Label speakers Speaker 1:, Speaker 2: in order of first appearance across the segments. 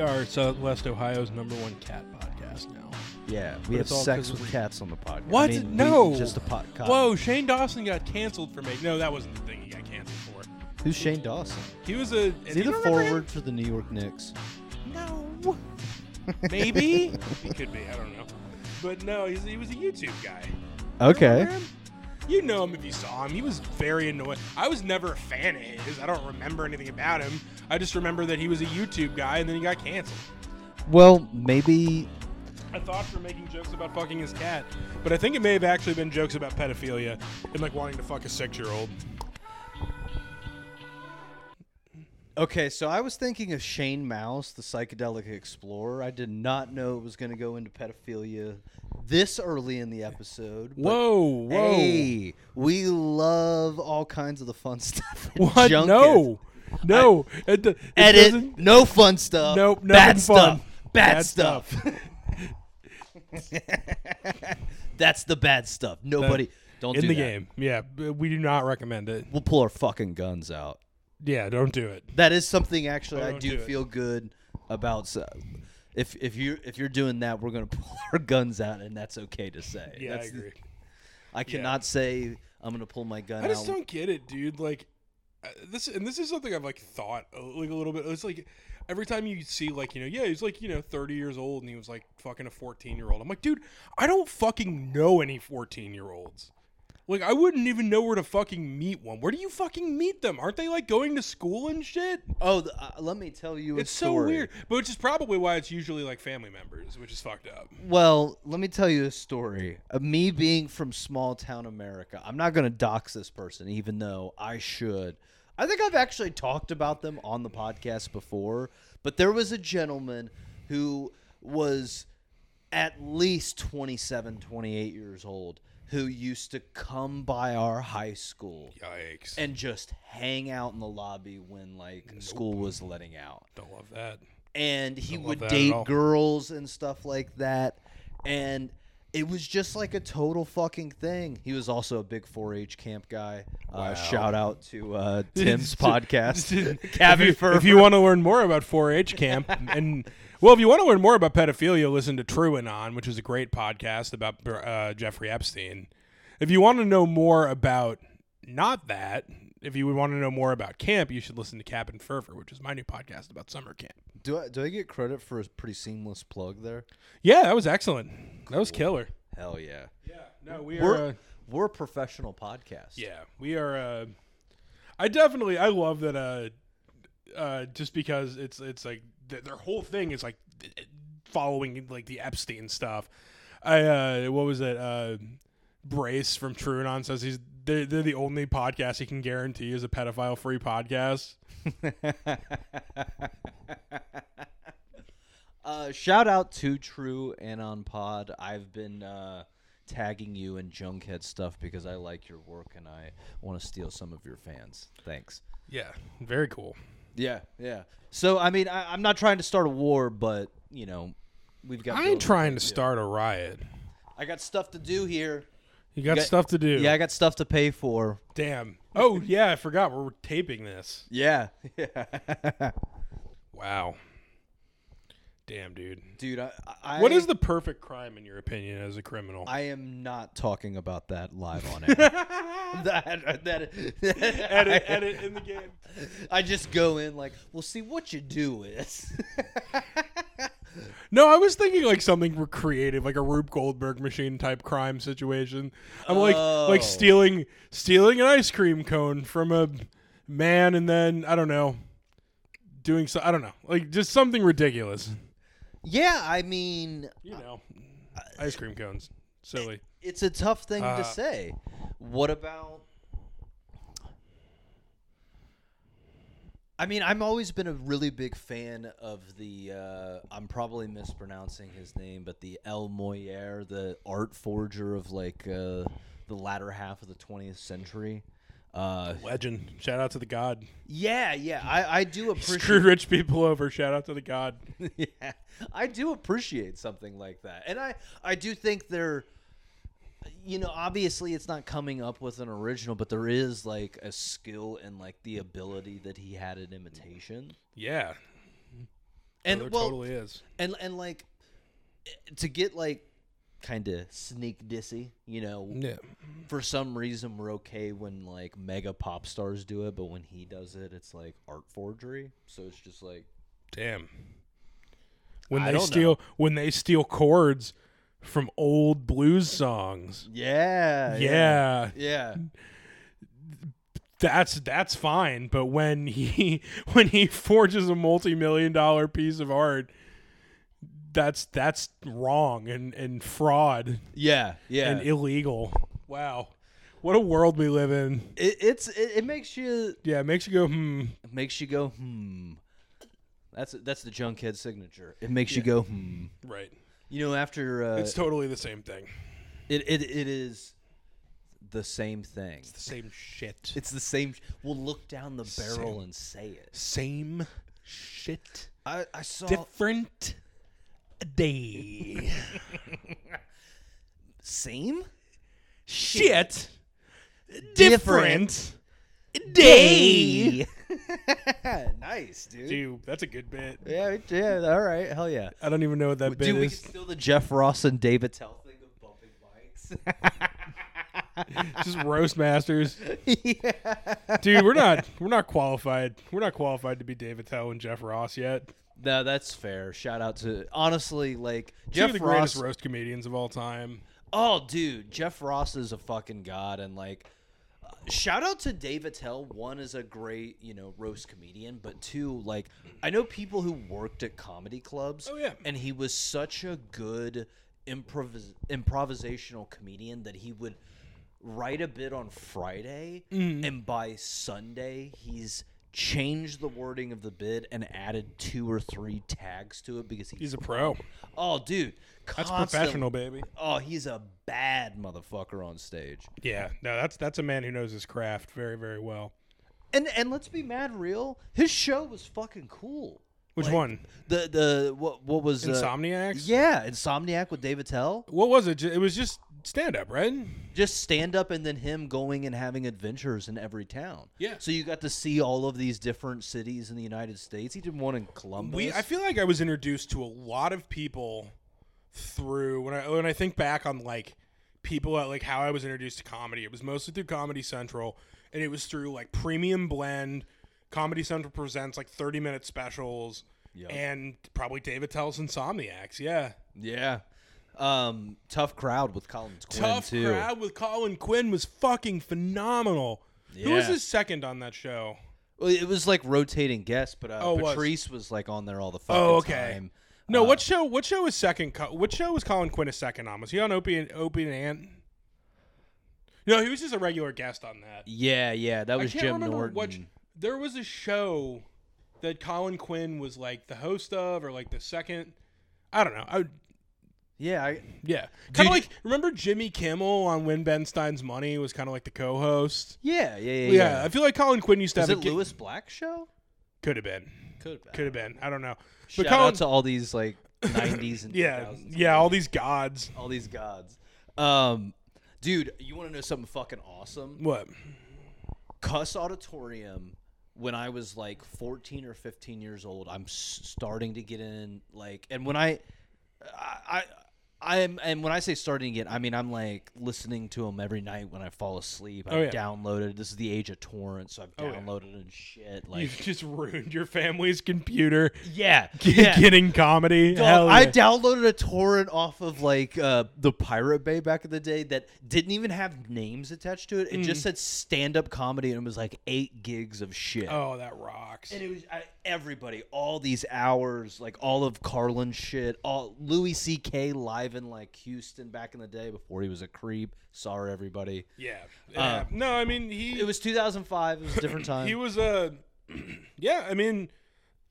Speaker 1: are Southwest Ohio's number one cat podcast now.
Speaker 2: Yeah, we have
Speaker 1: it's all
Speaker 2: sex
Speaker 1: 'cause
Speaker 2: with
Speaker 1: we-
Speaker 2: cats on the podcast.
Speaker 1: What?
Speaker 2: I mean, we-
Speaker 1: no.
Speaker 2: just a podcast.
Speaker 1: Whoa, Shane Dawson got canceled for making. No, that wasn't the thing he got canceled for.
Speaker 2: Who's Shane Dawson?
Speaker 1: He was a.
Speaker 2: Is
Speaker 1: do
Speaker 2: he
Speaker 1: you
Speaker 2: the
Speaker 1: remember him?
Speaker 2: forward for the New York Knicks?
Speaker 1: No. Maybe he could be. I don't know. But no, he's, he was a YouTube guy.
Speaker 2: Okay.
Speaker 1: Remember him? You know him if you saw him. He was very annoying. I was never a fan of his. I don't remember anything about him. I just remember that he was a YouTube guy and then he got canceled.
Speaker 2: Well, maybe.
Speaker 1: I thought for making jokes about fucking his cat, but I think it may have actually been jokes about pedophilia and like wanting to fuck a six-year-old.
Speaker 2: Okay, so I was thinking of Shane Mouse, the psychedelic explorer. I did not know it was going to go into pedophilia this early in the episode. but
Speaker 1: Whoa, whoa!
Speaker 2: Hey, we love all kinds of the fun stuff. at
Speaker 1: what?
Speaker 2: Junket.
Speaker 1: No, no. it, do- it
Speaker 2: Edit.
Speaker 1: doesn't-
Speaker 2: No fun stuff.
Speaker 1: Nope,
Speaker 2: Bad
Speaker 1: nothing
Speaker 2: stuff.
Speaker 1: fun.
Speaker 2: Bad,
Speaker 1: Bad
Speaker 2: stuff. That's the bad stuff. Nobody. don't
Speaker 1: in
Speaker 2: do
Speaker 1: the
Speaker 2: that.
Speaker 1: game. Yeah, b- we do not recommend it.
Speaker 2: We'll pull our fucking guns out.
Speaker 1: Yeah, don't do it.
Speaker 2: That is something actually
Speaker 1: I
Speaker 2: I
Speaker 1: won't
Speaker 2: do
Speaker 1: do it.
Speaker 2: feel good about. So if if you if you're doing that, we're gonna pull our guns out, and that's okay to say.
Speaker 1: Yeah,
Speaker 2: That's-
Speaker 1: I agree.
Speaker 2: I cannot say I'm gonna pull my gun
Speaker 1: I just
Speaker 2: out.
Speaker 1: don't get it, dude. Like uh, this, and this is something I've like thought uh, like a little bit. It's like every time you see like you know, yeah, he's like you know, thirty years old, and he was like fucking a fourteen year old. I'm like, dude, I don't fucking know any fourteen year olds. Like I wouldn't even know where to fucking meet one. Where do you fucking meet them? Aren't they like going to school and shit?
Speaker 2: Oh, the, uh, let me tell you. A
Speaker 1: It's so
Speaker 2: story.
Speaker 1: weird. But which is probably why it's usually like family members, which is fucked up.
Speaker 2: Well, let me tell you a story of me being from small town America. I'm not going to dox this person, even though I should. I think I've actually talked about them on the podcast before, but there was a gentleman who was at least 27, 28 years old who used to come by our high school
Speaker 1: Yikes!
Speaker 2: and just hang out in the lobby when like school was letting out
Speaker 1: Don't love that.
Speaker 2: and he
Speaker 1: Don't love
Speaker 2: would
Speaker 1: that at
Speaker 2: date
Speaker 1: all.
Speaker 2: girls and stuff like that and it was just like a total fucking thing he was also a big 4-h camp guy uh, shout out to uh, tim's podcast Cabby
Speaker 1: if you,
Speaker 2: Fur-
Speaker 1: if you want to learn more about 4-H camp and well, if you want to learn more about pedophilia, listen to True and On, which is a great podcast about uh, Jeffrey Epstein. If you want to know more about not that, if you would want to know more about camp, you should listen to Cap and Furfur, which is my new podcast about summer camp.
Speaker 2: do, I, do i get credit for a pretty seamless plug there
Speaker 1: Yeah, that was excellent. That was killer.
Speaker 2: hell yeah
Speaker 1: Yeah, no, we uh,
Speaker 2: we're, we're a professional podcast
Speaker 1: Yeah, we are. Uh, I definitely I love that. Uh, uh, just because it's it's like th- their whole thing is like th- following like the Epstein stuff. I uh, what was it? Uh, Brace from True and On says he's they're, they're the only podcast he can guarantee is a pedophile free podcast.
Speaker 2: Uh, shout out to True and on Pod. I've been uh, tagging you in Junkhead stuff because I like your work and I want to steal some of your fans. Thanks.
Speaker 1: Yeah, very cool.
Speaker 2: Yeah, yeah. So I mean, I, I'm not trying to start a war, but you know, we've got.
Speaker 1: I
Speaker 2: building-
Speaker 1: ain't trying to start a riot.
Speaker 2: I got stuff to do here.
Speaker 1: You got
Speaker 2: got-
Speaker 1: stuff to do.
Speaker 2: Yeah, I got stuff to pay for.
Speaker 1: Damn. Oh yeah, I forgot we're taping this.
Speaker 2: Yeah, yeah.
Speaker 1: Wow. Damn, dude.
Speaker 2: Dude, I, I.
Speaker 1: What is the perfect crime in your opinion as a criminal?
Speaker 2: I am not talking about that live on air. that, that,
Speaker 1: edit, edit in the game.
Speaker 2: I just go in like, well, see what you do is.
Speaker 1: No, I was thinking like something more creative, like a Rube Goldberg machine type crime situation. I'm like like
Speaker 2: Oh.
Speaker 1: stealing stealing an ice cream cone from a man, and then I don't know, doing so I don't know, like just something ridiculous.
Speaker 2: yeah, I mean,
Speaker 1: You know, ice cream cones, silly.
Speaker 2: it's a tough thing
Speaker 1: Uh,
Speaker 2: to say. What about? I mean, I've always been a really big fan of the. Uh, I'm probably mispronouncing his name, but the El Moyer, the art forger of like uh, the latter half of the 20th century. Uh,
Speaker 1: Legend. Shout out to the god.
Speaker 2: yeah, yeah, I, I do appreciate.
Speaker 1: Screw rich people over. Shout out to the god.
Speaker 2: yeah, I do appreciate something like that, and I I do think they're, you know, obviously it's not coming up with an original, but there is like a skill and like the ability that he had in imitation.
Speaker 1: Yeah.
Speaker 2: and
Speaker 1: there
Speaker 2: well,
Speaker 1: Oh, totally is.
Speaker 2: and and like to get like kind of sneak dissy, you know.
Speaker 1: Yeah.
Speaker 2: For some reason, we're okay when like mega pop stars do it, but when he does it, it's like art forgery. So it's just like
Speaker 1: Damn. When
Speaker 2: I
Speaker 1: they
Speaker 2: don't
Speaker 1: steal when they steal chords from old blues songs.
Speaker 2: yeah,
Speaker 1: yeah.
Speaker 2: yeah.
Speaker 1: that's that's fine but when he when he forges a multi-million dollar piece of art that's that's wrong and and fraud
Speaker 2: yeah, yeah.
Speaker 1: and illegal wow what a world we live in
Speaker 2: it, it's it, it makes you
Speaker 1: yeah it makes you go hmm
Speaker 2: it makes you go hmm. That's that's the Junkhead signature. It makes you go hmm.
Speaker 1: right
Speaker 2: You know, after uh,
Speaker 1: it's totally the same thing
Speaker 2: it, it it is the same thing.
Speaker 1: the same shit
Speaker 2: It's the same. We'll look down the barrel and say it.
Speaker 1: same shit
Speaker 2: I, I saw
Speaker 1: different day
Speaker 2: same
Speaker 1: shit
Speaker 2: Different
Speaker 1: different
Speaker 2: nice, dude.
Speaker 1: Dude, that's a good bit.
Speaker 2: Yeah, it- yeah. All right, hell yeah.
Speaker 1: I don't even know what that bit
Speaker 2: Dude, we can
Speaker 1: is.
Speaker 2: steal the Jeff Ross and Dave Attell thing of bumping mics.
Speaker 1: Just roast masters.
Speaker 2: yeah.
Speaker 1: Dude, we're not we're not qualified. We're not qualified to be David Tell and Jeff Ross yet.
Speaker 2: No, that's fair. Shout out to honestly, like
Speaker 1: Two of
Speaker 2: Jeff
Speaker 1: the
Speaker 2: Ross.
Speaker 1: greatest roast comedians of all time.
Speaker 2: oh, dude, Jeff Ross is a fucking god, and like, uh, shout out to Dave Attell. One is a great, you know, roast comedian, but two, like, I know people who worked at comedy clubs.
Speaker 1: Oh, yeah.
Speaker 2: and he was such a good improvis- improvisational comedian that he would write a bit on Friday,
Speaker 1: Mm-hmm.
Speaker 2: and by Sunday he's changed the wording of the bit and added two or three tags to it because
Speaker 1: He's a pro.
Speaker 2: Oh, dude,
Speaker 1: That's
Speaker 2: constant-
Speaker 1: professional, baby.
Speaker 2: Oh, he's a bad motherfucker on stage.
Speaker 1: Yeah, no, that's that's a man who knows his craft very very well.
Speaker 2: And and let's be mad real, his show was fucking cool.
Speaker 1: Which
Speaker 2: Like,
Speaker 1: one?
Speaker 2: The the what what was uh,
Speaker 1: Insomniacs.
Speaker 2: yeah, Insomniac with David Tell.
Speaker 1: What was it? Ju- It was just stand up, right?
Speaker 2: Just stand up and then him going and having adventures in every town.
Speaker 1: Yeah.
Speaker 2: So you got to see all of these different cities in the United States. He did one in Columbus.
Speaker 1: We I feel like I was introduced to a lot of people through when I when I think back on like people at like how I was introduced to comedy. It was mostly through Comedy Central and it was through like Premium Blend, Comedy Central presents like 30 minute specials and probably David Tell's Insomniacs. Yeah.
Speaker 2: yeah. Um, tough crowd with Collins Quinn
Speaker 1: Tough
Speaker 2: too.
Speaker 1: crowd with Colin Quinn was fucking phenomenal. Who was
Speaker 2: Yeah.
Speaker 1: his second on that show?
Speaker 2: Well, it was like rotating guests, but uh,
Speaker 1: Oh, it was.
Speaker 2: Patrice was. like on there all the fucking
Speaker 1: Oh, okay.
Speaker 2: time.
Speaker 1: No, what show? What show was second? Co- What show was Colin Quinn a second on? Was he on Opie and Opie and Ant? No, he was just a regular guest on that.
Speaker 2: Yeah, yeah, that
Speaker 1: I
Speaker 2: was
Speaker 1: can't
Speaker 2: Jim
Speaker 1: remember
Speaker 2: Norton.
Speaker 1: what. sh- There was a show that Colin Quinn was like the host of, or like the second. I don't know. I would,
Speaker 2: yeah, I,
Speaker 1: yeah, kind
Speaker 2: you-
Speaker 1: of like remember Jimmy Kimmel on When Ben Stein's Money was kind of like the co-host.
Speaker 2: yeah, yeah, yeah,
Speaker 1: Yeah,
Speaker 2: yeah.
Speaker 1: I feel like Colin Quinn used to
Speaker 2: Is
Speaker 1: have
Speaker 2: it
Speaker 1: a
Speaker 2: Lewis Black show?
Speaker 1: Could have been,
Speaker 2: Could
Speaker 1: could have been. I don't know.
Speaker 2: Shout
Speaker 1: Colin-
Speaker 2: out to all these like '90s and
Speaker 1: yeah,
Speaker 2: 2000s,
Speaker 1: yeah, all these gods.
Speaker 2: all these gods. Um, dude, you want to know something fucking awesome?
Speaker 1: What?
Speaker 2: Cuss Auditorium. When I was like 14 or 15 years old, I'm s- starting to get in like, and when I, I. I I'm, and when I say starting it, I mean I'm like listening to them every night when I fall asleep. I've
Speaker 1: Oh, yeah. Oh,
Speaker 2: downloaded. This is the age of torrent, so I've
Speaker 1: yeah.
Speaker 2: downloaded and shit. Like,
Speaker 1: You've just ruined your family's computer.
Speaker 2: yeah, yeah.
Speaker 1: Getting comedy.
Speaker 2: Dog,
Speaker 1: Hell
Speaker 2: I
Speaker 1: yeah.
Speaker 2: downloaded a torrent off of like uh, the Pirate Bay back in the day that didn't even have names attached to it. It
Speaker 1: Mm.
Speaker 2: just said stand up comedy and it was like eight gigs of shit.
Speaker 1: oh, that rocks.
Speaker 2: And it was I, everybody, all these hours, like all of Carlin shit, all Louis C.K. live in like Houston back in the day before he was a creep. Sorry, everybody.
Speaker 1: Yeah. yeah. no, I mean he
Speaker 2: It was 2005. It was a different time.
Speaker 1: he was a yeah. I mean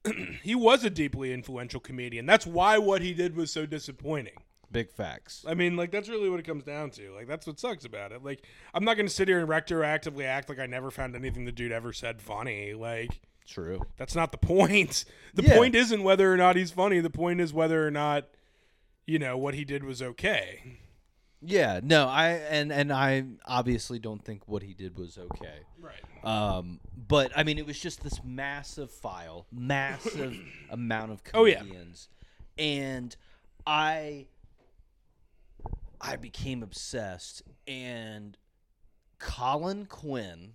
Speaker 1: he was a deeply influential comedian. That's why what he did was so disappointing.
Speaker 2: Big facts.
Speaker 1: I mean, like that's really what it comes down to. Like that's what sucks about it. Like I'm not going to sit here and retroactively act like I never found anything the dude ever said funny. Like
Speaker 2: True.
Speaker 1: that's not the point. The
Speaker 2: Yeah.
Speaker 1: point isn't whether or not he's funny. The point is whether or not you know what he did was okay.
Speaker 2: Yeah, no, I and and I obviously don't think what he did was okay.
Speaker 1: Right.
Speaker 2: Um, but I mean, it was just this massive file, massive amount of
Speaker 1: Oh, yeah.
Speaker 2: comedians, and I, I became obsessed. And Colin Quinn,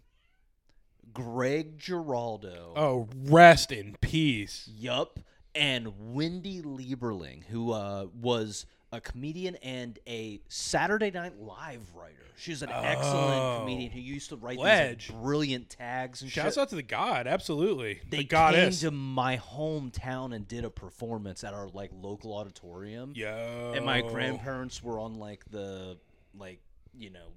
Speaker 2: Greg Giraldo,
Speaker 1: Oh, rest in peace.
Speaker 2: Yup. And Wendy Lieberling, who uh, was a comedian and a Saturday Night Live writer. She's an excellent
Speaker 1: Oh.
Speaker 2: comedian who used to write
Speaker 1: Ledge.
Speaker 2: these like, brilliant tags and
Speaker 1: Shouts
Speaker 2: shit.
Speaker 1: out to the god, absolutely. the
Speaker 2: They came
Speaker 1: goddess.
Speaker 2: to my hometown and did a performance at our like local auditorium.
Speaker 1: Yo.
Speaker 2: And my grandparents were on like the like you know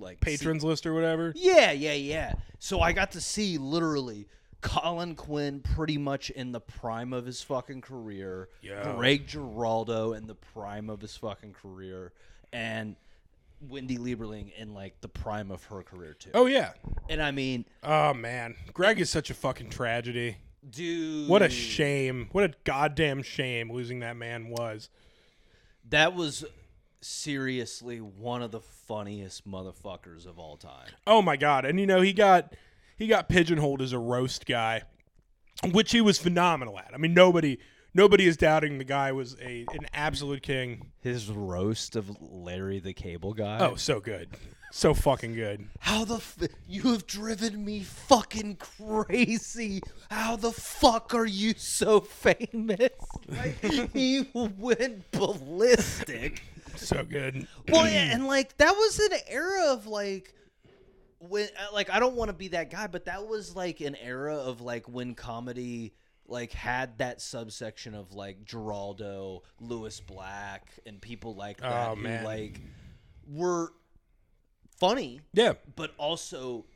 Speaker 2: like se-
Speaker 1: patrons list or whatever.
Speaker 2: yeah, yeah, yeah. So I got to see literally Colin Quinn pretty much in the prime of his fucking career.
Speaker 1: Yeah.
Speaker 2: Greg Giraldo in the prime of his fucking career. And Wendy Lieberling in like the prime of her career too.
Speaker 1: Oh yeah.
Speaker 2: And I mean,
Speaker 1: Oh man, Greg is such a fucking tragedy.
Speaker 2: dude
Speaker 1: What a shame. What a goddamn shame losing that man was.
Speaker 2: that was seriously one of the funniest motherfuckers of all time.
Speaker 1: Oh my god. And you know, he got he got pigeonholed as a roast guy, which he was phenomenal at. I mean, nobody nobody is doubting the guy was a an absolute king.
Speaker 2: His roast of Larry the Cable Guy.
Speaker 1: Oh, so good. So fucking good.
Speaker 2: How the f- you have driven me fucking crazy? How the fuck are you so famous? Like, he went ballistic.
Speaker 1: So good.
Speaker 2: Well, yeah, and like that was an era of like when uh, like I don't want to be that guy, but that was like an era of like when comedy like had that subsection of like Geraldo, Lewis Black, and people like that
Speaker 1: Oh,
Speaker 2: who
Speaker 1: man.
Speaker 2: like were funny
Speaker 1: Yeah.
Speaker 2: but also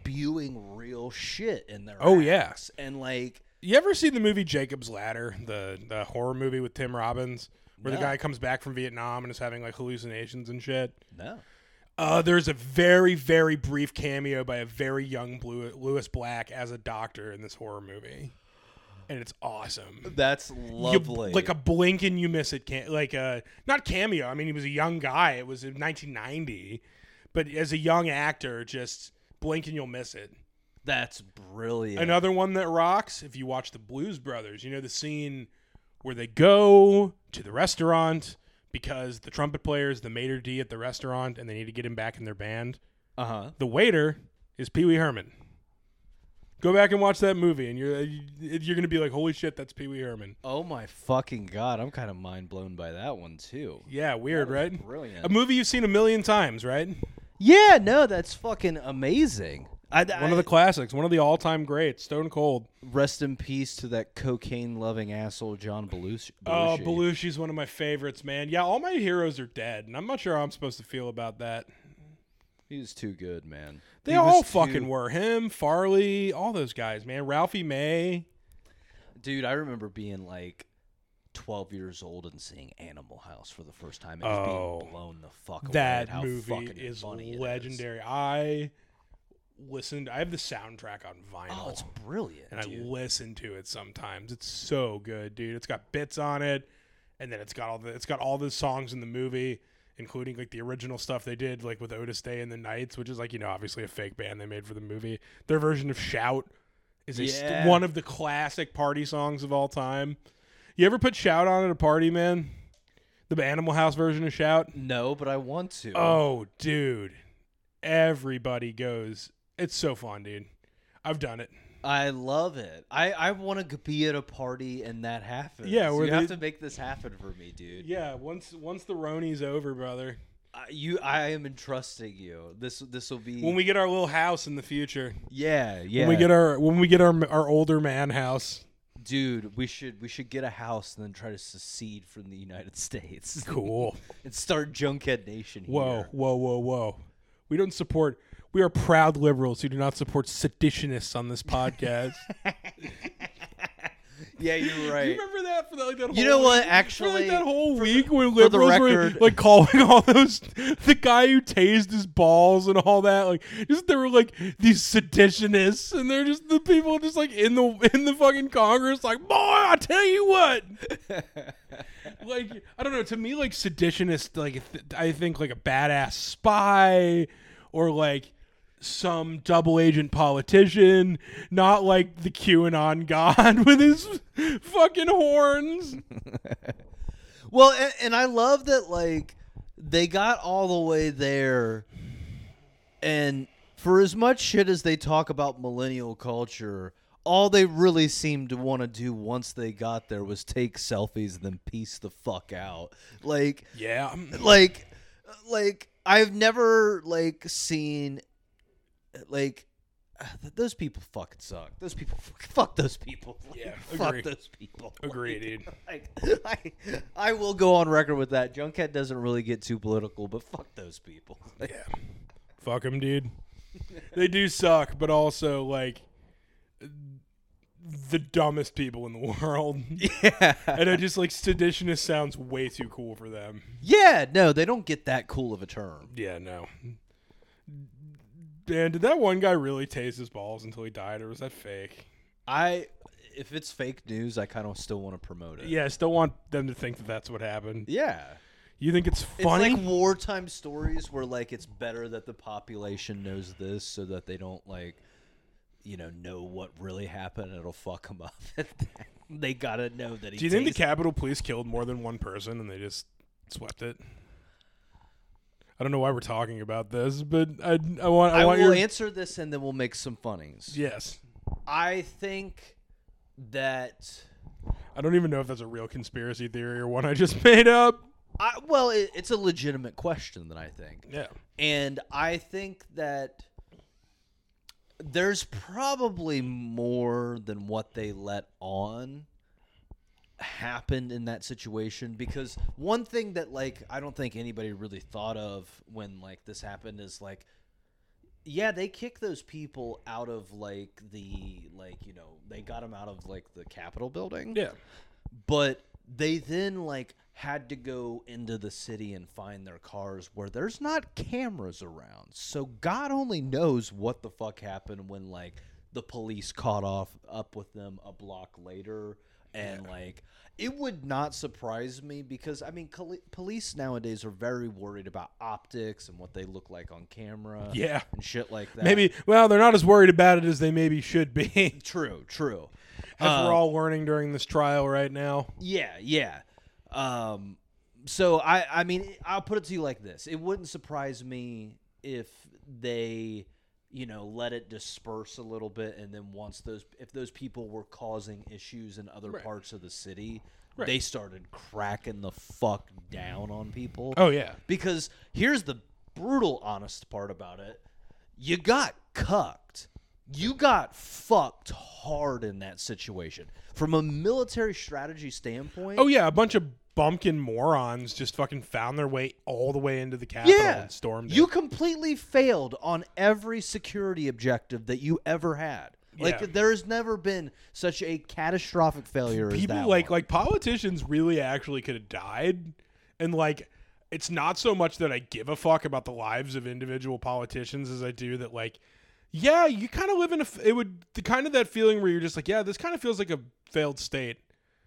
Speaker 2: spewing real shit in their
Speaker 1: Oh, yeah.
Speaker 2: yes, and like
Speaker 1: You ever seen the movie Jacob's Ladder, the the horror movie with Tim Robbins, where the
Speaker 2: No.
Speaker 1: guy comes back from Vietnam and is having like hallucinations and shit?
Speaker 2: no
Speaker 1: Uh, there's a very very brief cameo by a very young Blue, Lewis Black as a doctor in this horror movie, and it's awesome.
Speaker 2: that's
Speaker 1: You-
Speaker 2: lovely
Speaker 1: like a blink and you miss it. Cam- like a not cameo. I mean, he was a young guy. It was in 1990, but as a young actor, just blink and you'll miss it.
Speaker 2: that's brilliant
Speaker 1: Another one that rocks, if you watch the Blues Brothers, you know the scene where they go to the restaurant because the trumpet player is the maitre d at the restaurant and they need to get him back in their band.
Speaker 2: uh-huh
Speaker 1: The waiter is Pee Wee Herman. Go back and watch that movie, and you're uh, you're gonna be like, "Holy shit, that's Pee Wee Herman."
Speaker 2: oh my fucking god i'm kind of mind blown by that one too
Speaker 1: Yeah, weird, right?
Speaker 2: brilliant
Speaker 1: A movie you've seen a million times, right?
Speaker 2: yeah no that's fucking amazing I,
Speaker 1: One of the classics, one of the all-time greats, Stone Cold.
Speaker 2: rest in peace to that cocaine loving asshole john belushi,
Speaker 1: Oh,
Speaker 2: Belushi.
Speaker 1: Belushi's one of my favorites, man. Yeah, all my heroes are dead, and I'm not sure how I'm supposed to feel about that.
Speaker 2: he was too good man
Speaker 1: They
Speaker 2: He
Speaker 1: all
Speaker 2: was too-
Speaker 1: fucking were. Him, Farley, all those guys, man. Ralphie May.
Speaker 2: Dude, I remember being like 12 years old and seeing Animal House for the first time and just
Speaker 1: Oh.
Speaker 2: being blown the fuck away. at
Speaker 1: That
Speaker 2: how
Speaker 1: movie
Speaker 2: fucking
Speaker 1: is
Speaker 2: funny it is.
Speaker 1: legendary. I listened. I have the soundtrack on
Speaker 2: Oh,
Speaker 1: vinyl,
Speaker 2: it's brilliant.
Speaker 1: and I
Speaker 2: dude.
Speaker 1: listen to it sometimes. It's so good, dude. It's got bits on it, and then it's got all the it's got all the songs in the movie, including like the original stuff they did, like with Otis Day and the Knights, which is like you know obviously a fake band they made for the movie. Their version of Shout is a st-
Speaker 2: Yeah.
Speaker 1: one of the classic party songs of all time. You ever put Shout on at a party, man? The Animal House version of Shout?
Speaker 2: no, but I want to.
Speaker 1: Oh, dude. Everybody goes. It's so fun, dude. I've done it.
Speaker 2: I love it. I, I want to be at a party and that happens.
Speaker 1: Yeah,
Speaker 2: you
Speaker 1: where
Speaker 2: have
Speaker 1: they-
Speaker 2: to make this happen for me, dude.
Speaker 1: Yeah, once once the Roni's over, brother.
Speaker 2: I, you, I am entrusting you. This this will be
Speaker 1: When we get our little house in the future.
Speaker 2: yeah yeah.
Speaker 1: When we get our when we get our our older man house.
Speaker 2: dude, we should we should get a house and then try to secede from the United States
Speaker 1: Cool.
Speaker 2: and start Junkhead Nation. Here.
Speaker 1: Whoa, whoa, whoa, whoa. We don't support we are proud liberals who do not support seditionists on this podcast.
Speaker 2: Yeah, you're right.
Speaker 1: You remember that for that, like that whole
Speaker 2: You know what,
Speaker 1: week? For, like,
Speaker 2: actually,
Speaker 1: that whole week when
Speaker 2: for the
Speaker 1: liberals were
Speaker 2: record-
Speaker 1: like calling all those the guy who tased his balls and all that, like just they were like these seditionists, and they're just the people just like in the in the fucking Congress, like boy, I tell you what, like I don't know. To me, like seditionist, like th- I think like a badass spy or like some double agent politician, not like the QAnon god with his fucking horns.
Speaker 2: Well, and, and I love that like they got all the way there, and for as much shit as they talk about millennial culture, all they really seemed to want to do once they got there was take selfies and then peace the fuck out. Like,
Speaker 1: Yeah,
Speaker 2: like, like I've never like seen like. Those people fucking suck. Those people, fuck, fuck those people.
Speaker 1: Yeah,
Speaker 2: fuck
Speaker 1: agree.
Speaker 2: those people.
Speaker 1: agree, dude.
Speaker 2: Like, I, I will go on record with that. Junkhead doesn't really get too political, but fuck those people.
Speaker 1: Yeah, fuck them, dude. They do suck, but also like the dumbest people in the world.
Speaker 2: Yeah.
Speaker 1: And I just like seditionist sounds way too cool for them.
Speaker 2: Yeah, no, they don't get that cool of a term.
Speaker 1: Yeah, no. Dan, did that one guy really tase his balls until he died, or was that fake?
Speaker 2: I if it's fake news, I kind of still want to promote it.
Speaker 1: Yeah, I still want them to think that that's what happened.
Speaker 2: Yeah.
Speaker 1: You think it's
Speaker 2: It's
Speaker 1: funny?
Speaker 2: like wartime stories where like it's better that the population knows this so that they don't like you know know what really happened. It'll fuck them up. they got to know that he
Speaker 1: Do you think the
Speaker 2: tased-
Speaker 1: Capitol Police killed more than one person and they just swept it? I don't know why we're talking about this, but I, I want I,
Speaker 2: I will
Speaker 1: want your
Speaker 2: answer this and then we'll make some funnies.
Speaker 1: yes.
Speaker 2: I think that
Speaker 1: I don't even know if that's a real conspiracy theory or one I just made up.
Speaker 2: I well, it, it's a legitimate question that I think,
Speaker 1: Yeah,
Speaker 2: and I think that there's probably more than what they let on happened in that situation because one thing that like I don't think anybody really thought of when like this happened is like yeah they kicked those people out of like the like you know they got them out of like the Capitol building
Speaker 1: yeah.
Speaker 2: but they then like had to go into the city and find their cars where there's not cameras around so god only knows what the fuck happened when like the police caught off up with them a block later and like it would not surprise me because i mean col- police nowadays are very worried about optics and what they look like on camera
Speaker 1: Yeah.
Speaker 2: and shit like that
Speaker 1: Maybe well, they're not as worried about it as they maybe should be.
Speaker 2: true true
Speaker 1: As
Speaker 2: Um,
Speaker 1: we're all learning during this trial right now.
Speaker 2: Yeah, yeah. Um, so I, I mean, I'll put it to you like this: it wouldn't surprise me if they, you know, let it disperse a little bit, and then once those, if those people were causing issues in other
Speaker 1: Right.
Speaker 2: parts of the city,
Speaker 1: Right.
Speaker 2: they started cracking the fuck down on people.
Speaker 1: Oh yeah,
Speaker 2: Because here's the brutal, honest part about it you got cucked. You got fucked hard in that situation. From a military strategy standpoint,
Speaker 1: oh yeah. A bunch of bumpkin morons just fucking found their way all the way into the Capitol and stormed
Speaker 2: you
Speaker 1: it.
Speaker 2: completely failed on every security objective that you ever had. Like
Speaker 1: Yeah.
Speaker 2: there has never been such a catastrophic failure as
Speaker 1: People
Speaker 2: that.
Speaker 1: like
Speaker 2: one.
Speaker 1: like politicians really actually could have died, and like it's not so much that I give a fuck about the lives of individual politicians as I do that like. Yeah, you kind of live in a. f- It would the kind of that feeling where you're just like, yeah, this kind of feels like a failed state.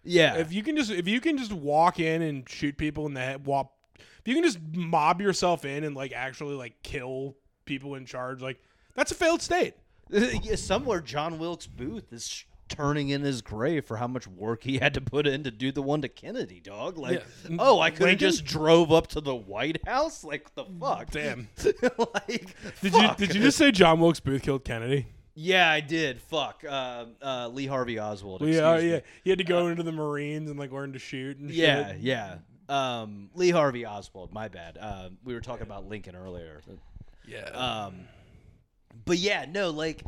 Speaker 2: yeah,
Speaker 1: If you can just if you can just walk in and shoot people in the head, walk, if you can just mob yourself in and like actually like kill people in charge, like that's a failed state.
Speaker 2: Yeah, Somewhere, John Wilkes Booth is sh- turning in his grave for how much work he had to put in to do the one to Kennedy, dog. Like,
Speaker 1: Yeah.
Speaker 2: oh, I could have
Speaker 1: Lincoln?
Speaker 2: just drove up to the White House. Like, the fuck,
Speaker 1: Damn.
Speaker 2: like,
Speaker 1: Did
Speaker 2: fuck.
Speaker 1: you did you just say John Wilkes Booth killed Kennedy?
Speaker 2: Yeah, I did. Fuck, uh, uh, Lee Harvey Oswald.
Speaker 1: Well, yeah,
Speaker 2: excuse me.
Speaker 1: uh, yeah. He had to go into the Marines and like learn to shoot and
Speaker 2: yeah,
Speaker 1: shit.
Speaker 2: yeah. Um, Lee Harvey Oswald. My bad. Um, we were talking about Lincoln earlier.
Speaker 1: yeah.
Speaker 2: Um, but yeah, no, like,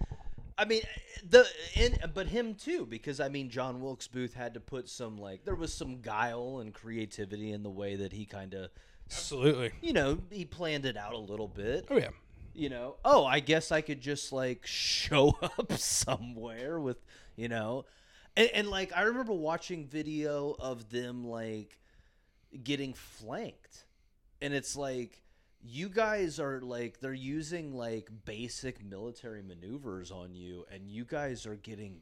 Speaker 2: I mean, the in, but him too, because I mean, John Wilkes Booth had to put some like there was some guile and creativity in the way that he kind of,
Speaker 1: Absolutely.
Speaker 2: you know, he planned it out a little bit.
Speaker 1: Oh yeah.
Speaker 2: You know, oh, I guess I could just like show up somewhere with, you know. And, and like I remember watching video of them like getting flanked, and it's like you guys are like they're using like basic military maneuvers on you, and you guys are getting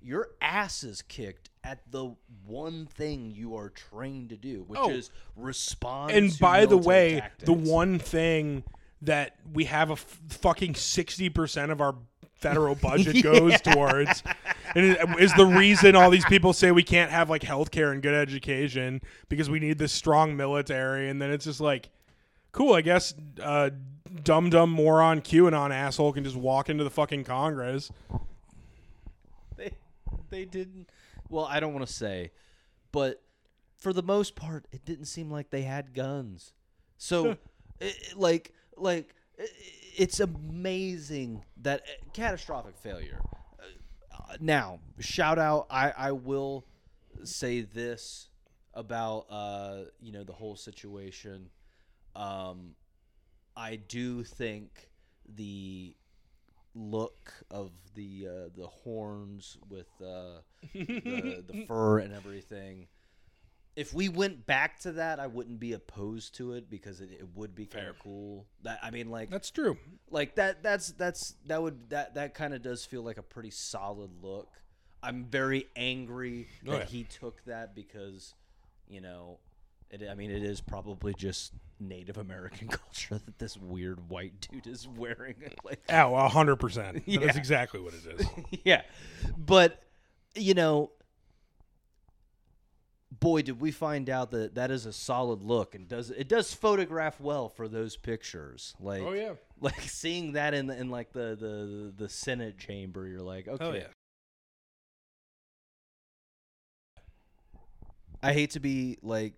Speaker 2: your asses kicked at the one thing you are trained to do, which
Speaker 1: Oh.
Speaker 2: is respond.
Speaker 1: and
Speaker 2: to
Speaker 1: by the
Speaker 2: military
Speaker 1: way,
Speaker 2: tactics.
Speaker 1: the one thing that we have a f- fucking sixty percent of our federal budget goes towards, and it is the reason all these people say we can't have like healthcare and good education because we need this strong military, and then it's just like, cool, I guess, uh, dumb dumb moron QAnon asshole can just walk into the fucking Congress.
Speaker 2: they, they didn't. Well, I don't want to say, but for the most part, it didn't seem like they had guns. So, i i- like, like i- i- it's amazing that uh, catastrophic failure. Uh, now, shout out. I I will say this about uh you know the whole situation. Um, I do think the look of the uh, the horns with uh, the, the fur and everything. If we went back to that, I wouldn't be opposed to it because it, it would be kind of cool. That I mean, like
Speaker 1: That's true.
Speaker 2: like that that's that's that would that that kind of does feel like a pretty solid look i'm very angry that
Speaker 1: Oh, yeah.
Speaker 2: he took that because you know it, i mean it is probably just native american culture that this weird white dude is wearing like
Speaker 1: Oh, hundred percent.
Speaker 2: Yeah.
Speaker 1: That's exactly what it is.
Speaker 2: yeah but you know boy did we find out that that is a solid look and does it does photograph well for those pictures like
Speaker 1: Oh yeah.
Speaker 2: like seeing that in the, in like the, the the Senate chamber, you're like, okay.
Speaker 1: Oh yeah.
Speaker 2: I hate to be like,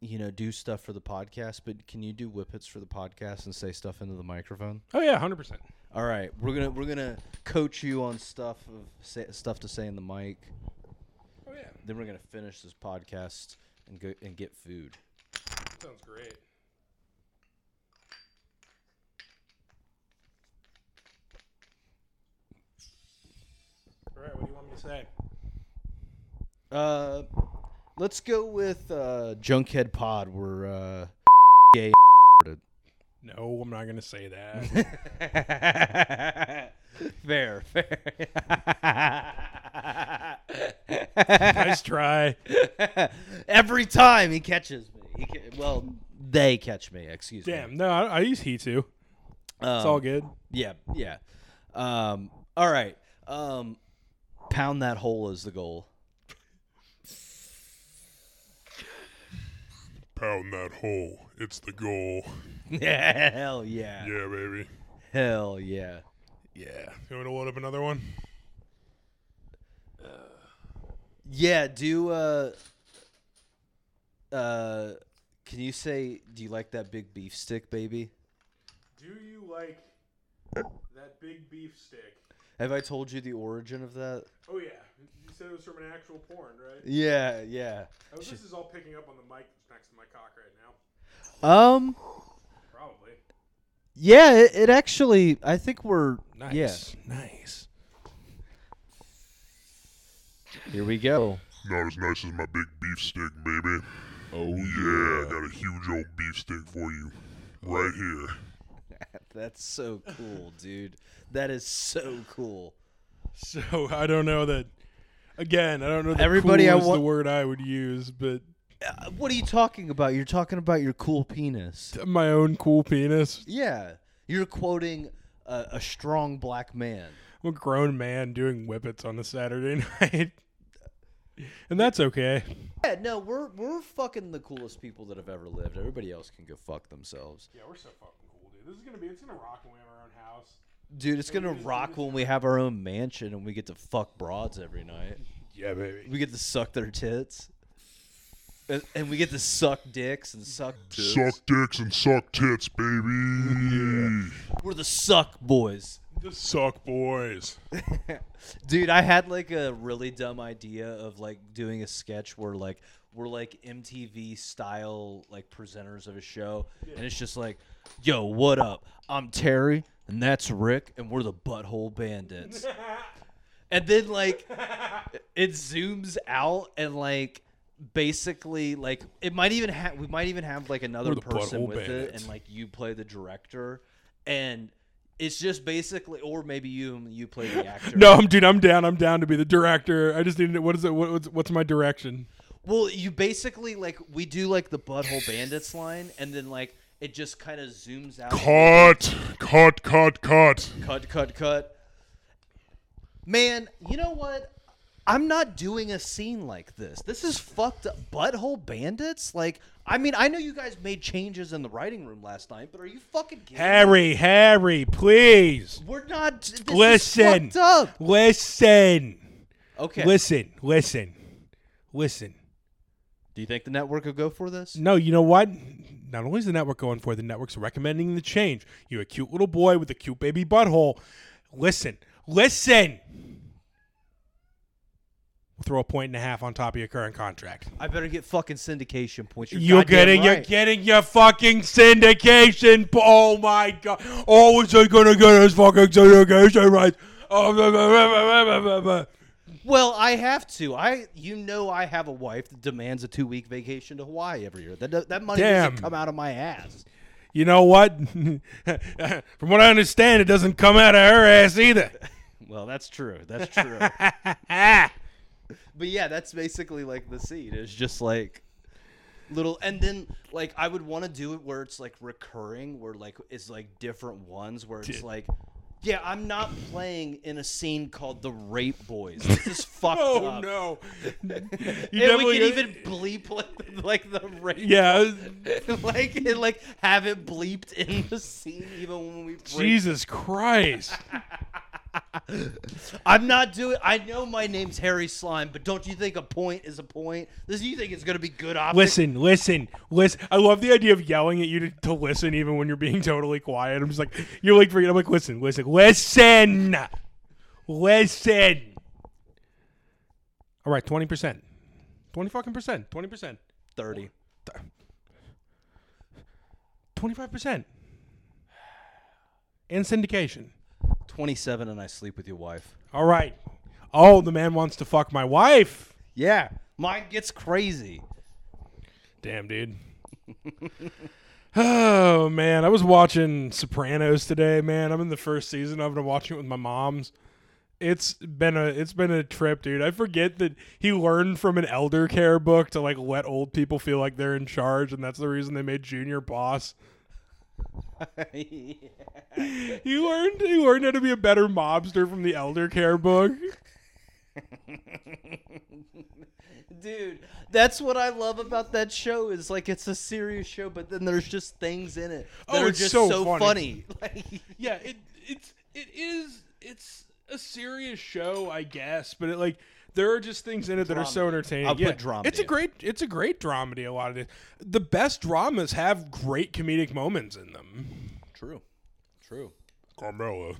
Speaker 2: you know, do stuff for the podcast, but can you do whippets for the podcast and say stuff into the microphone?
Speaker 1: Oh yeah. Hundred percent.
Speaker 2: All right, we're gonna we're gonna coach you on stuff of say, stuff to say in the mic.
Speaker 1: Oh yeah.
Speaker 2: Then we're gonna finish this podcast and go and get food.
Speaker 1: Sounds great. All right, what do you want me to say?
Speaker 2: Uh, let's go with uh, Junkhead Pod. We're uh, gay.
Speaker 1: No, I'm not going to say that.
Speaker 2: fair, fair.
Speaker 1: nice try.
Speaker 2: Every time he catches me, he ca- well, they catch me. Excuse me.
Speaker 1: Damn, no, I, I use he too.
Speaker 2: Damn,
Speaker 1: It's all good.
Speaker 2: Yeah, yeah. Um, all right. Um, pound that hole is the goal.
Speaker 3: Pound that hole. It's the goal.
Speaker 2: Hell yeah.
Speaker 3: Yeah, baby.
Speaker 2: Hell yeah.
Speaker 1: Yeah. You want to load up another one?
Speaker 2: Yeah. Do uh, uh, can you say? Do you like that big beef stick, baby?
Speaker 1: Do you like that big beef stick?
Speaker 2: Have I told you the origin of that?
Speaker 1: Oh, yeah. You said it was from an actual porn, right?
Speaker 2: Yeah, yeah.
Speaker 1: Oh, this is all picking up on the mic that's next to my cock right now.
Speaker 2: Um,
Speaker 1: Probably.
Speaker 2: yeah, it, it actually. I think we're
Speaker 1: Nice. Nice.
Speaker 2: Yeah. Here we go.
Speaker 3: Not as nice as my big beef stick, baby. Oh yeah, Oh, I got a huge old beef stick for you, right here.
Speaker 2: That's so cool, dude. That is so cool.
Speaker 1: So I don't know that. Again, I don't know. That Everybody,
Speaker 2: Everybody, I
Speaker 1: cool is
Speaker 2: wa-
Speaker 1: the word I would use, but
Speaker 2: Uh, what are you talking about? You're talking about your cool penis.
Speaker 1: my own cool penis.
Speaker 2: Yeah, you're quoting a, a strong black man.
Speaker 1: I'm a grown man doing whippets on a Saturday night, and that's okay.
Speaker 2: Yeah, no, we're we're fucking the coolest people that have ever lived. Everybody else can go fuck themselves,
Speaker 1: Yeah, we're so fucking cool, dude. This is gonna be. It's gonna rock when we have our own house.
Speaker 2: dude. It's gonna rock when we have our own mansion and we get to fuck broads every night.
Speaker 1: Yeah, baby.
Speaker 2: We get to suck their tits. And, and we get to suck dicks and suck tits.
Speaker 3: Suck dicks and suck tits, baby.
Speaker 2: We're the suck boys.
Speaker 1: Just suck, boys.
Speaker 2: Dude, I had like a really dumb idea of like doing a sketch where like we're like MTV style like presenters of a show and it's just like, "Yo, what up? I'm Terry and that's Rick and we're the Butthole Bandits." And then like it zooms out and like basically like it might even have we might even have like another
Speaker 1: We're the
Speaker 2: person
Speaker 1: butthole
Speaker 2: with it
Speaker 1: bandits.
Speaker 2: and like you play the director and it's just basically or maybe you you play the actor.
Speaker 1: No, I'm dude. I'm down. I'm down to be the director. I just need. to- What is it? What, what's, what's my direction?
Speaker 2: Well, you basically like we do like the butthole bandits line and then like it just kind of zooms out.
Speaker 3: Cut! Cut, cut, cut.
Speaker 2: cut, cut, cut. Man, you know what? I'm not doing a scene like this. This is fucked up. Butthole bandits? Like, I mean, I know you guys made changes in the writing room last night, but are you fucking kidding? me?
Speaker 1: Harry, Harry, please
Speaker 2: We're not. This is
Speaker 1: listen.
Speaker 2: fucked up.
Speaker 1: Listen,
Speaker 2: Okay.
Speaker 1: listen, listen, listen.
Speaker 2: Do you think the network will go for this?
Speaker 1: No, you know what? Not only is the network going for it, the network's recommending the change. You're a cute little boy with a cute baby butthole. Listen, listen. We'll throw a point and a half on top of your current contract.
Speaker 2: I better get fucking syndication points. You're,
Speaker 1: You're
Speaker 2: goddamn
Speaker 1: getting you're
Speaker 2: right.
Speaker 1: getting your fucking syndication. po- Oh my god! Oh, is he gonna get his fucking syndication right? Oh, blah, blah, blah, blah, blah, blah, blah.
Speaker 2: Well, I have to. I, you know, I have a wife that demands a two week vacation to Hawaii every year. That do- that money
Speaker 1: Damn.
Speaker 2: doesn't come out of my ass.
Speaker 1: You know what? From what I understand, it doesn't come out of her ass either.
Speaker 2: Well, that's true. That's true. but yeah, that's basically like the scene. It's just like little, and then like I would want to do it where it's like recurring, where like it's like different ones, where it's like. Yeah, I'm not playing in a scene called The Rape Boys. This is fucked
Speaker 1: Oh
Speaker 2: up.
Speaker 1: no! You
Speaker 2: And we
Speaker 1: definitely-
Speaker 2: could even bleep like, like the rape
Speaker 1: yeah.
Speaker 2: like and like have it bleeped in the scene even when we break.
Speaker 1: Jesus Christ!
Speaker 2: I'm not doing I know my name's Harry Slime, but don't you think a point is a point? This you think it's gonna be good optics?
Speaker 1: Listen, listen, listen. I love the idea of yelling at you to, to listen, even when you're being totally quiet. I'm just like, you're like freaking. I'm like, listen, listen, listen, listen. All right, twenty percent, twenty fucking percent, twenty percent,
Speaker 2: thirty.
Speaker 1: twenty five percent, and syndication.
Speaker 2: Twenty seven and I sleep with your wife.
Speaker 1: All right. Oh, the man wants to fuck my wife.
Speaker 2: Yeah. Mine gets crazy.
Speaker 1: Damn, dude. oh man, I was watching Sopranos today, man. I'm in the first season of it. I'm watching it with my mom's. It's been a it's been a trip, dude. I forget that he learned from an elder care book to like let old people feel like they're in charge, and that's the reason they made Junior boss. He learned he learned how to be a better mobster from the elder care book.
Speaker 2: Dude, that's what I love about that show is like it's a serious show, but then there's just things in it that
Speaker 1: Oh,
Speaker 2: are
Speaker 1: it's
Speaker 2: just
Speaker 1: so
Speaker 2: so,
Speaker 1: funny.
Speaker 2: funny. Like
Speaker 1: yeah it it's it is it's a serious show i guess but it like there are just things in it that are so
Speaker 2: Dramedy.
Speaker 1: entertaining
Speaker 2: I'll put
Speaker 1: yeah
Speaker 2: dramedy
Speaker 1: it's a
Speaker 2: in.
Speaker 1: great it's a great dramedy a lot of it the best dramas have great comedic moments in them
Speaker 2: True. True.
Speaker 3: Carmella.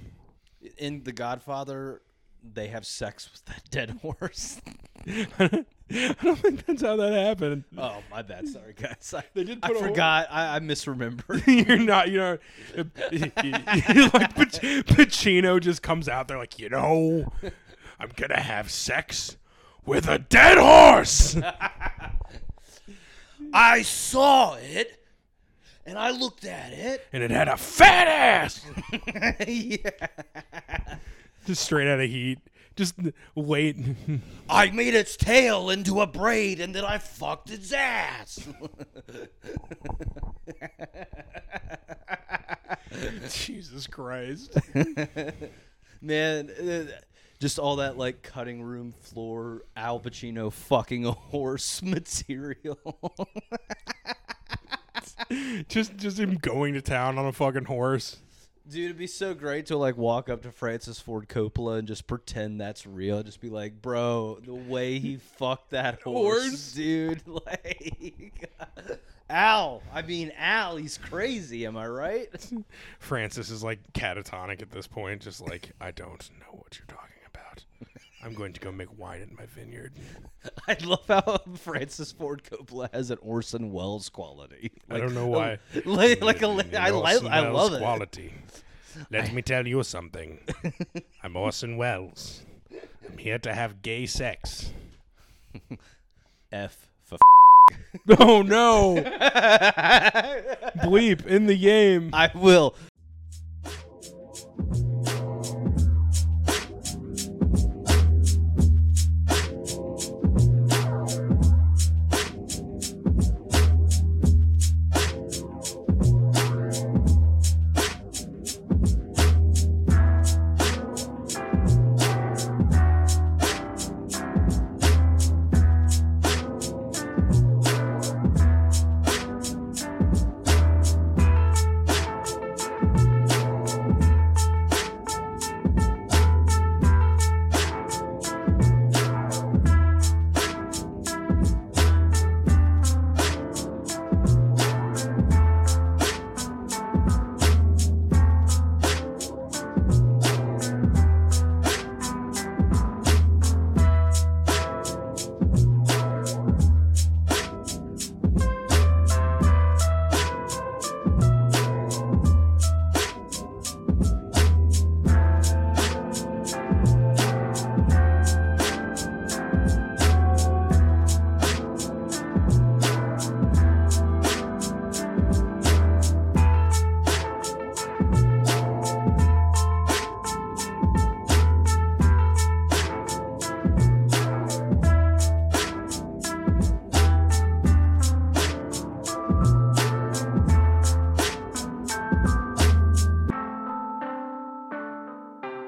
Speaker 2: in The Godfather, they have sex with that dead horse.
Speaker 1: i don't think that's how that happened
Speaker 2: oh my bad, sorry guys. I,
Speaker 1: They did
Speaker 2: I
Speaker 1: put a horse-
Speaker 2: forgot. I, I misremembered.
Speaker 1: you're not you know like Pac- pacino just comes out there like you know i'm gonna have sex with a dead horse
Speaker 2: I saw it, and I looked at it.
Speaker 1: and it had a fat ass
Speaker 2: yeah.
Speaker 1: just straight out of heat. Just wait.
Speaker 2: I made its tail into a braid, and then I fucked its ass.
Speaker 1: Jesus Christ.
Speaker 2: Man, uh, just all that like cutting room floor Al Pacino fucking a horse material.
Speaker 1: Just just him going to town on a fucking horse.
Speaker 2: Dude, it'd be so great to like walk up to Francis Ford Coppola and just pretend that's real. Just be like, bro, the way he fucked that horse,
Speaker 1: Horse.
Speaker 2: dude. Like, Al. I mean, Al, he's crazy. Am I right?
Speaker 1: Francis is like catatonic at this point, just like, I don't know what you're talking about. I'm going to go make wine in my vineyard.
Speaker 2: I love how Francis Ford Coppola has an Orson Welles quality.
Speaker 1: I don't know why.
Speaker 2: Like, like a, I, like,
Speaker 1: Orson
Speaker 2: I
Speaker 1: Welles
Speaker 2: love it.
Speaker 1: quality. Let me tell you something. I'm Orson Welles. I'm here to have gay sex.
Speaker 2: F for
Speaker 1: Oh no! Bleep in the game.
Speaker 2: I will.